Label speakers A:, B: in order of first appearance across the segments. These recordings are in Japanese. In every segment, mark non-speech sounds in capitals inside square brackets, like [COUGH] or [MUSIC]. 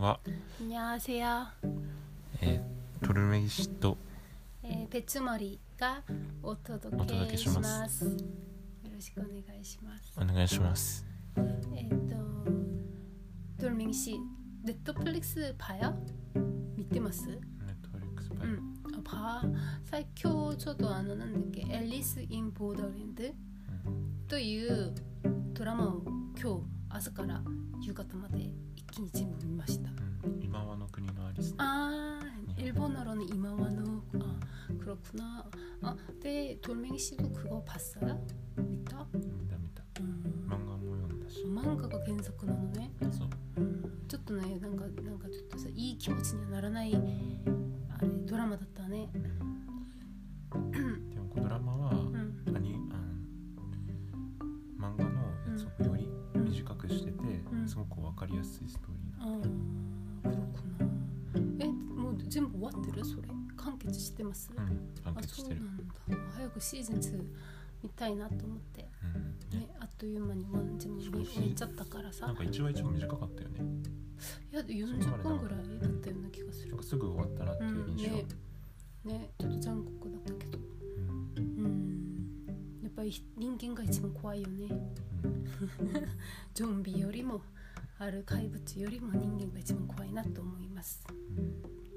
A: は、
B: 안녕하세요.
A: えー、トルメギシと
B: 네, 배추머리가 오
A: 오토도케
B: 토도케
A: 시마스.
B: 시마스. よろしくお願いします。
A: お願いします。
B: 에, 또 돌멩이 씨 넷플릭스 봐요? 믿마스
A: ネットフリックスパイ
B: 응. 아, 봐. 사이쿄 저도 안 하는 게 앨리스 인 보더랜드 또 유 드라마 교 아스카라 유가타마데 이끼니 전부 見ました.
A: うん、今はの国のアリス。
B: 아 일본어로는 이마와노 아 그렇구나 아 근데 돌멩이 씨도 그거 봤어요? 믿다?
A: 見た見た。
B: 음,
A: 漫画も読んだし。
B: 漫画が原作なのね
A: そう。
B: うんちょっとねなんかなんかちょっとさいい気持ちにはならないあれドラマだったね
A: うんでもこうドラマは、
B: うん
A: アニあの漫画のやつをより短くしてて、
B: ん
A: すごくわかりやすいストーリーな。
B: 아 그렇구나 에 뭐 전부 왔대요 소리 관계지 してます
A: うん、完
B: あ
A: 結
B: そ
A: し
B: う
A: て
B: な
A: る。
B: んだ早くシーズン2見たいなと思って
A: うん、ね
B: ね、あっという間にワンジも見終えちゃったからさ
A: なんか一話一話短かったよね。
B: いや40分ぐらいだったような気がす
A: なん
B: る
A: か。すぐ終わったなって
B: う、
A: いうん印象。
B: ねねちょっと残酷だったけど。
A: うん
B: うん。やっぱり人間が一番怖いよね。
A: うん
B: ゾンビよりもある怪物よりも人間が一番怖いなと思います。
A: うん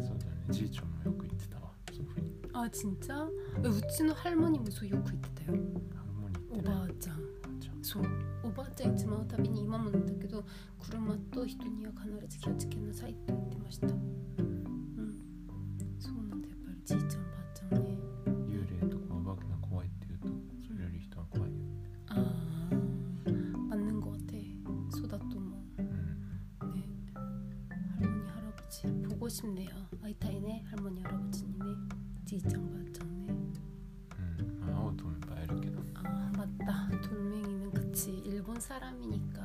A: そうだねじいちゃんもよく言ってたわそういうふうに
B: あ、ちんちゃん。えうちのハルモニーもそうよく言ってたよ。
A: ハルモニーって
B: お
A: ね
B: ばあちゃん。
A: おばあちゃん
B: そう。おばあちゃんいつも会うたびに今もなんだけど車と人には必ず気をつけなさいって言ってました。うん。そうなんだやっぱりじいちゃんばあちゃんね。
A: 幽霊とかお化けが怖いって言うとそれより人が怖いよ、
B: 아, 맞는 것 같아. 소다도 뭐.
A: うん
B: 네. 할머니 할아버지 보고 싶네요. 아이타이네 할머니 할아버지니네. 지장 맞장네.
A: うんまあ、会うともいっぱいいるけど、
B: 아 맞다. 돌멩이는 그치 일본 사람이니까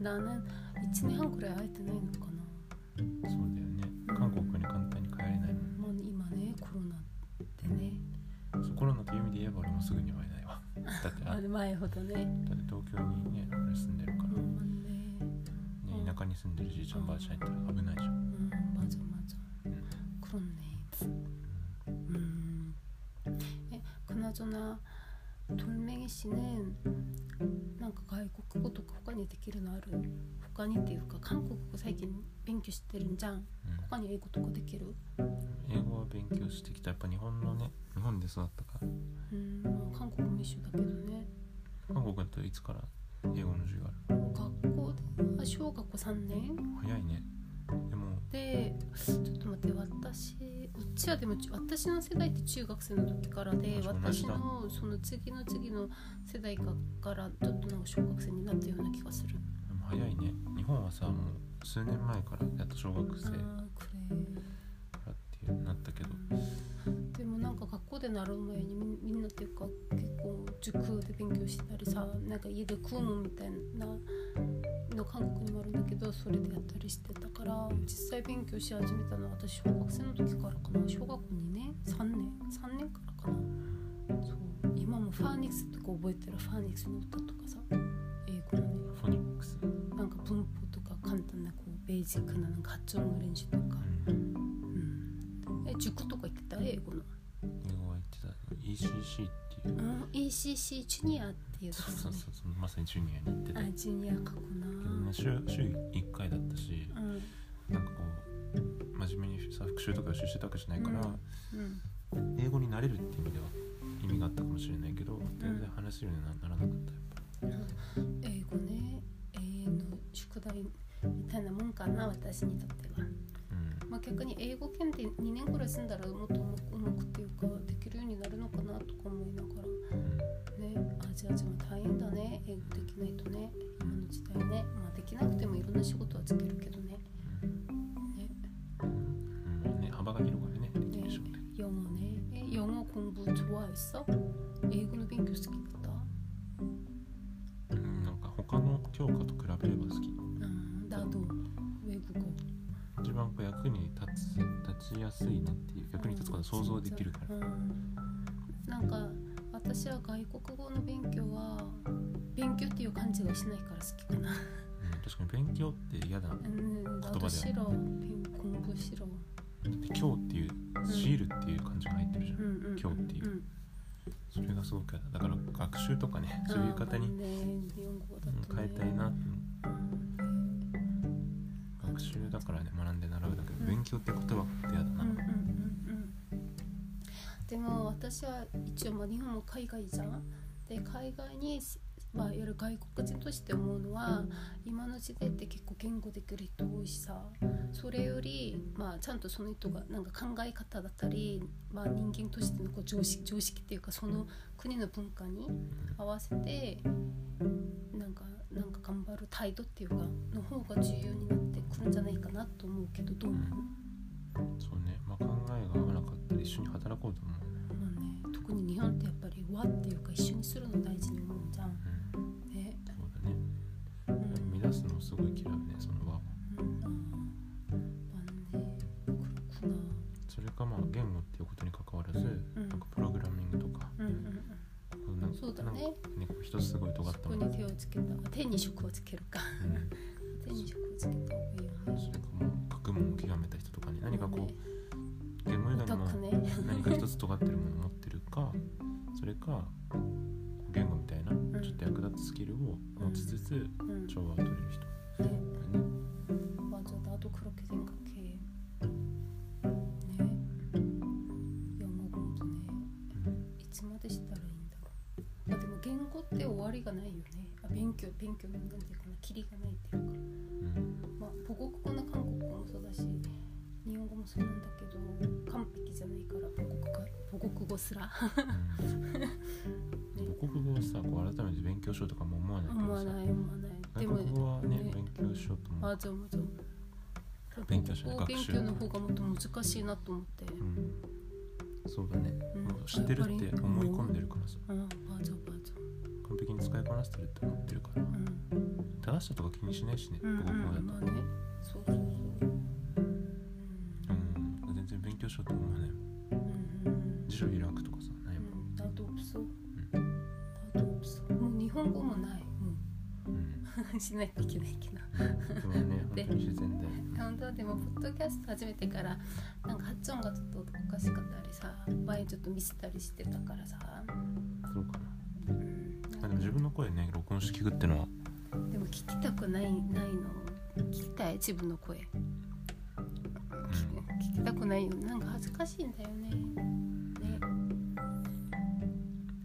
B: 나는 이치네 한국에 아예 뜨는 거나.
A: そうだよね韓国に簡単に帰れないもん
B: 뭐 이만해 코로나 때네.
A: そうコロナという意味で言えば俺もすぐに会えないわ
B: [LAUGHS]
A: だってあだって
B: 아, 얼마에호도네.
A: 東京にね俺住んでるから、
B: 음, 맞네.
A: ね、田舎に住んでるじいちゃんばあちゃんいたら危ないじゃん
B: 음, 맞아 맞아.
A: 음.
B: 그렇네. 음. 에, 그나저나 돌멩이 씨는 뭔가 한국어도 혹간이 되기는 하루. 혹간이 っていうか 한국어 최근 勉強してるんじゃん.
A: うん
B: 혹간이 일본어도 できる?
A: 英語は勉強してきたやっぱ日本のね日本で育ったから
B: 음, 뭐 한국어 미슈だけどね.
A: 韓国だといつから英語の授業ある
B: 학교 아, 초등학교 3년?
A: 早いねでも
B: でちょっと待って私うちはでもち私の世代って中学生の時から
A: あ
B: で
A: 同じ
B: 私
A: だ
B: のその次の次の世代かからちょっとなんか小学生になったような気がする
A: でも早いね日本はさもう数年前からやっと小学生
B: あ
A: か
B: ーこ
A: らっていうなったけど
B: れでもなんか学校で習う前にみみんなっていうか結構塾で勉強してたりさなんか家で食うもんみたいなの韓国にもあるんだけどそれでやったりしてたから実際勉強し始めたのは私小学生の時からかな小学校2年3年3年からかなそう今もファーニックスとか覚えてるファーニックスの歌とかさ英語のね
A: フォニックス、
B: なんか文法とか簡単なこうベーシックななんか発音の練習とか、うん、え塾とか行ってた英語の、
A: 英語は言ってた ECC っていう
B: う、ん、ECC ジュニアっていうとこ
A: そう
B: ね
A: そうそうそうまさにジュニアに行ってた
B: あジュニアかこな
A: ね週週1回だったし
B: うん
A: なんかこう真面目にさ復習とか予習してたわけじゃないから、
B: うん
A: 英語になれるって意味では意味があったかもしれないけど全然話せるようにならなかったやっぱ
B: 英語ね永遠の宿題みたいなもんかな私にとって
A: う
B: は、
A: ん
B: まあ、逆に英語圏で2年ぐらい住んだらもっとうまくうまくっていうかできるようになるのかなとか思いながら
A: うん
B: ねアジア人は大変だね英語できないとね今の時代ねまあできなくてもいろんな仕事はつけるけどねね
A: うんね幅が広がるねできる仕事
B: 영어네에영어공부좋아했어에이거는뱅교스키겠다
A: うんなんか他の教科と比べれば好き
B: 음나도외국어
A: 一番こう役に立つ立ちやすいなっていう役に立つことは想像できるから
B: うんなんか私は外国語の勉強は勉強っていう感じがしないから好きかな
A: 確かに勉強って嫌だなだ
B: うん
A: 言葉
B: 나도
A: で
B: 싫어 勉- 공부 싫어
A: って今日っていうシールっていう漢字が入ってるじゃん、
B: 응, 응,
A: 겨우 띠.
B: 응.
A: それがすごく嫌だだから学習とかねそういう方
B: 아,
A: に
B: 맞네. 연구가
A: うん
B: 다
A: 変えたいなって思う
B: 응.
A: 学習だからね学んで習うだけ
B: う
A: ど
B: ん
A: 勉強って言葉って嫌だな、
B: うんうんうんうんでも私は一応まあ日本も海外じゃんで海外に、まあ、いわゆる外国人として思うのは今の時代って結構言語できる人多いしさそれより、まあ、ちゃんとその人がなんか考え方だったり、まあ、人間としてのこう常識常識っていうかその国の文化に合わせてなんかなんか頑張る態度っていうかの方が重要になってくるんじゃないかなと思うけどどう思う、
A: そうね、まあ、考えが合わなかったら一緒に働こうと思うね、
B: まあね、特に日本ってやっぱり和っていうか一緒にするの大事に思うじゃん。
A: うん、
B: ね。
A: そうだね
B: うん。
A: 乱すのすごい嫌いねその輪を
B: うん。まあね。그렇구나
A: それかまあ言語っていうことに関わらず、
B: ん
A: なんかプログラミングとか、
B: うんうん
A: こうなん
B: うん。
A: か
B: そうだ
A: なんか
B: ね。
A: ねこう一つすごい尖っ
B: そ
A: た
B: こ
A: もの、う
B: に
A: ん、
B: 手をつけた。手に職をつける [LAUGHS] か。手に職をつけた方がいいよね。
A: それかもう学問を極めた人とかに何
B: 음, 네.
A: かこう言語以
B: オ
A: 外
B: タ
A: の
B: クね。
A: 何か一つ尖ってるものを持ってる
B: [LAUGHS]
A: かそれか言語みたいなちょっと役立つスキルを持ちつつ
B: うん。ね。
A: 調和を取れる人だね
B: 음, 네. 맞아. 나도 그렇게 생각해. 네. 영어 공부네.
A: うん
B: いつまでしたらいいんだろう、まあ、でも言語って終わりがないよねあ勉強勉強なんていうかなキリがないっていうか、
A: うん
B: まあ、母国語の韓国語もそうだし日本語もそうなんだけど完璧じゃないから母国か母国語すら
A: 母国語をさこう改めて勉強しようとかも思わないけ
B: 思
A: ど
B: わ
A: さ
B: ない思わないで
A: 外
B: も
A: 国語はね
B: ね
A: 勉強しようと思
B: あ
A: う、
B: じゃあじゃあ
A: 勉強しない
B: 母国語
A: 学習
B: 勉強の方がもっと難しいなと思って、
A: うん、そうだね、
B: うん
A: もう知ってるって思い込んでるからさ
B: うん、バージョンバージョン
A: 完璧に使いこなしてるって思ってるから正しさとか気にしないしね
B: うん
A: 母国語だ
B: うん
A: と
B: まあねそうそうそう
A: うん全然勉強しようと思わない
B: うんうんうんうん
A: 辞書開くとかさないもん、
B: 음, 나도 없어.
A: 음.
B: 나도 없어. 뭐 일본어만 나이.
A: うん、
B: しないといけないけど。
A: [LAUGHS] でもね本当に
B: で
A: 自然で、
B: 本当でもポッドキャスト始めてからなんか発音がちょっとおかしかったりさ前ちょっとミスったりしてたからさ、うん、でも聞きたくなる
A: そうか
B: よね。
A: な、まあ、でも自分の声ね録音して聞くってのは
B: でも聞きたくないないの聞きたい自分の声聞聞きたくないよなんか恥ずかしいんだよねね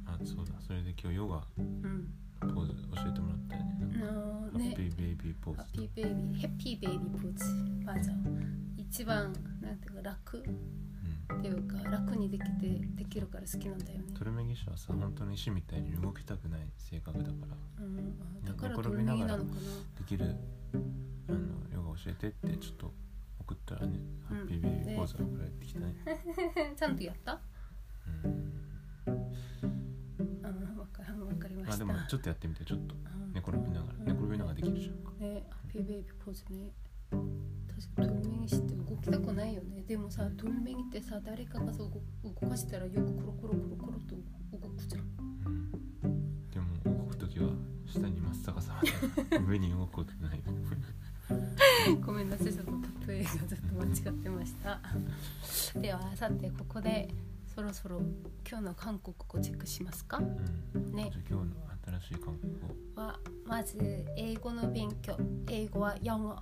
A: あそうだそれで今日ヨガ
B: うん
A: ポーズ教えてもらったよねなんかハッ
B: なね
A: ピーベイビーポー
B: ハ
A: ズ
B: ッピーベイビー、ヘッピーベイビーポーズ。まあじゃあ、一番、なんていうか、楽っ
A: うん
B: ていうか、楽にできて、できるから好きなんだよね。
A: トルメギ氏はさ本当に石みたいに動きたくない性格だから
B: うん、あだから
A: 寝転
B: トル
A: び
B: ネ
A: な
B: ギ
A: が
B: な
A: ら
B: のか
A: できるあのヨガ教えてってちょっと送ったらね、
B: うん
A: ハッピーベイビーポーズが送られてきたね、
B: な。 [LAUGHS] ちゃんとやった
A: うん、
B: うん、わかわかりま
A: まあ
B: し
A: でも
B: た。
A: ちょっとやってみてちょっと
B: うん
A: 寝転びながら寝転びながらできるじゃん
B: ね、ハッピーベイビーポーズね。確かにトルメギして動きたくないよね。でもさ、トルメギってさ、誰かがさ動動かしたらよくコロコロコロコロと動くじゃん。
A: うんでも動く時は下に真っ逆さまで上に動くことないよ
B: ごめんなさい、ちょっと例えがずっと間違ってました。 [LAUGHS] では、さて、ここでそろそろ今日の韓国語チェックしますか
A: うん
B: ね
A: じゃあ今日の新しい韓国語
B: はまず、英語の勉強。英語は영어、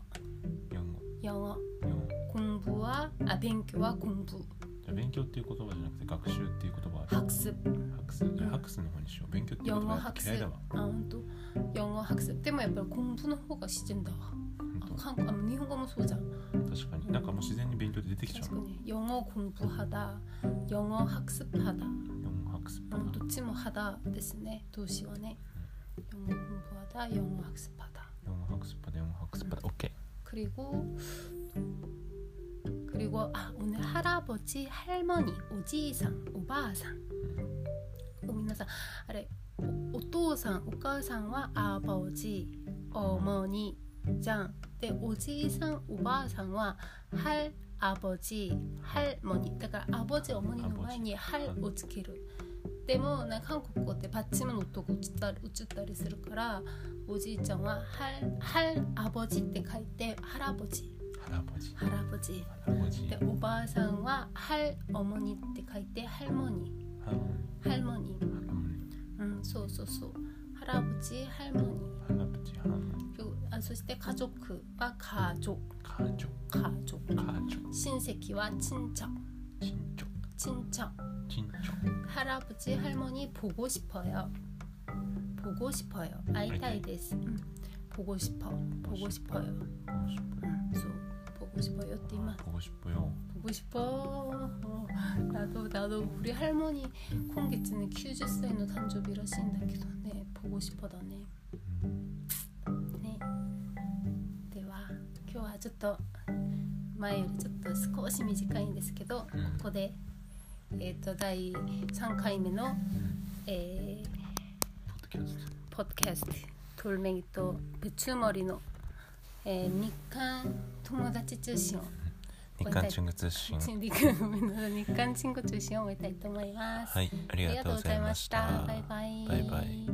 A: 4語
B: 영어。
A: 4語
B: 공부は、あ、勉強は공부。
A: じゃあ勉強っていう言葉じゃなくて学習っていう言葉は
B: 학습。
A: 博士じゃあ博士の方にしよう勉強っていう言
B: 영어
A: 葉
B: 학
A: 嫌い
B: 습
A: だわ。
B: あ、ほんと。영어학습。でもやっぱり공부の方が自然だわ。
A: 本
B: あ
A: 当
B: 韓国、あ日本語もそうじゃん。
A: 確かになんかもう自然に勉強で出てきちゃう
B: 確かに。영어공부하だ。영어학습하다。
A: 4博士
B: あどっちも肌ですね動詞はね영어공부하다영어학습하다
A: 4博士パで4博士パで OK
B: 그리고그리고아오늘할아버지할머니오지상오바상
A: うん
B: 오皆さんあれおお父さんお母さんはアボジおもにじゃんでおじいさんおばあさんははい 그러니까 アボジはいもにだからアボジおもにの前にはいをつけるでもなんか韓国語ってバッチの音が映ったり映ったりするからおじいちゃんは「할할아버지」って書いて「할아버지」
A: 腹文字
B: 「할아버지
A: 腹文」字
B: でおばあさんは「 네, 할어머니」って書いて「할머니」
A: ハーモニ
B: 「할머니 음,
A: ーハーモニー」
B: うんそうそうそう「할아버지」「할머니
A: 腹文字ハーモニ」
B: 그리고 아, あそして「家族」は「家族」
A: ーカーチョ
B: 「家族」
A: カーチョ
B: 「親戚」は「親戚」
A: チンチョ
B: 「親戚」
A: チンチョ
B: 할아버지 할머니 보고 싶어요. 보고 싶어요. 아이타이 데스. 응. 보고 싶어. 보고 싶어요.
A: ボシッ
B: 응. so, 보고 싶어요. 띠마.
A: ポボシッポよ
B: 보고 싶어. 어, 나도 나도 우리 할머니 콩게츠는 큐즈스에노 단조비라 신다기도 네. 보고 싶어다네. 네. 대화. 今日はちょっと前よりちょっと少し短いんですけど、
A: うん
B: ここで、えっ、と、第3回目の、えー、
A: ポッドキャスト
B: 팟캐스트 돌멩이 또 부추머리 노 에, 니칸 토모다치 쯔시오
A: 日韓中月新
B: 니칸 니칸 친구 쯔시오 終えたいと思います
A: はいありがとうございました
B: ありがとうございましたバイバイ
A: バイバイ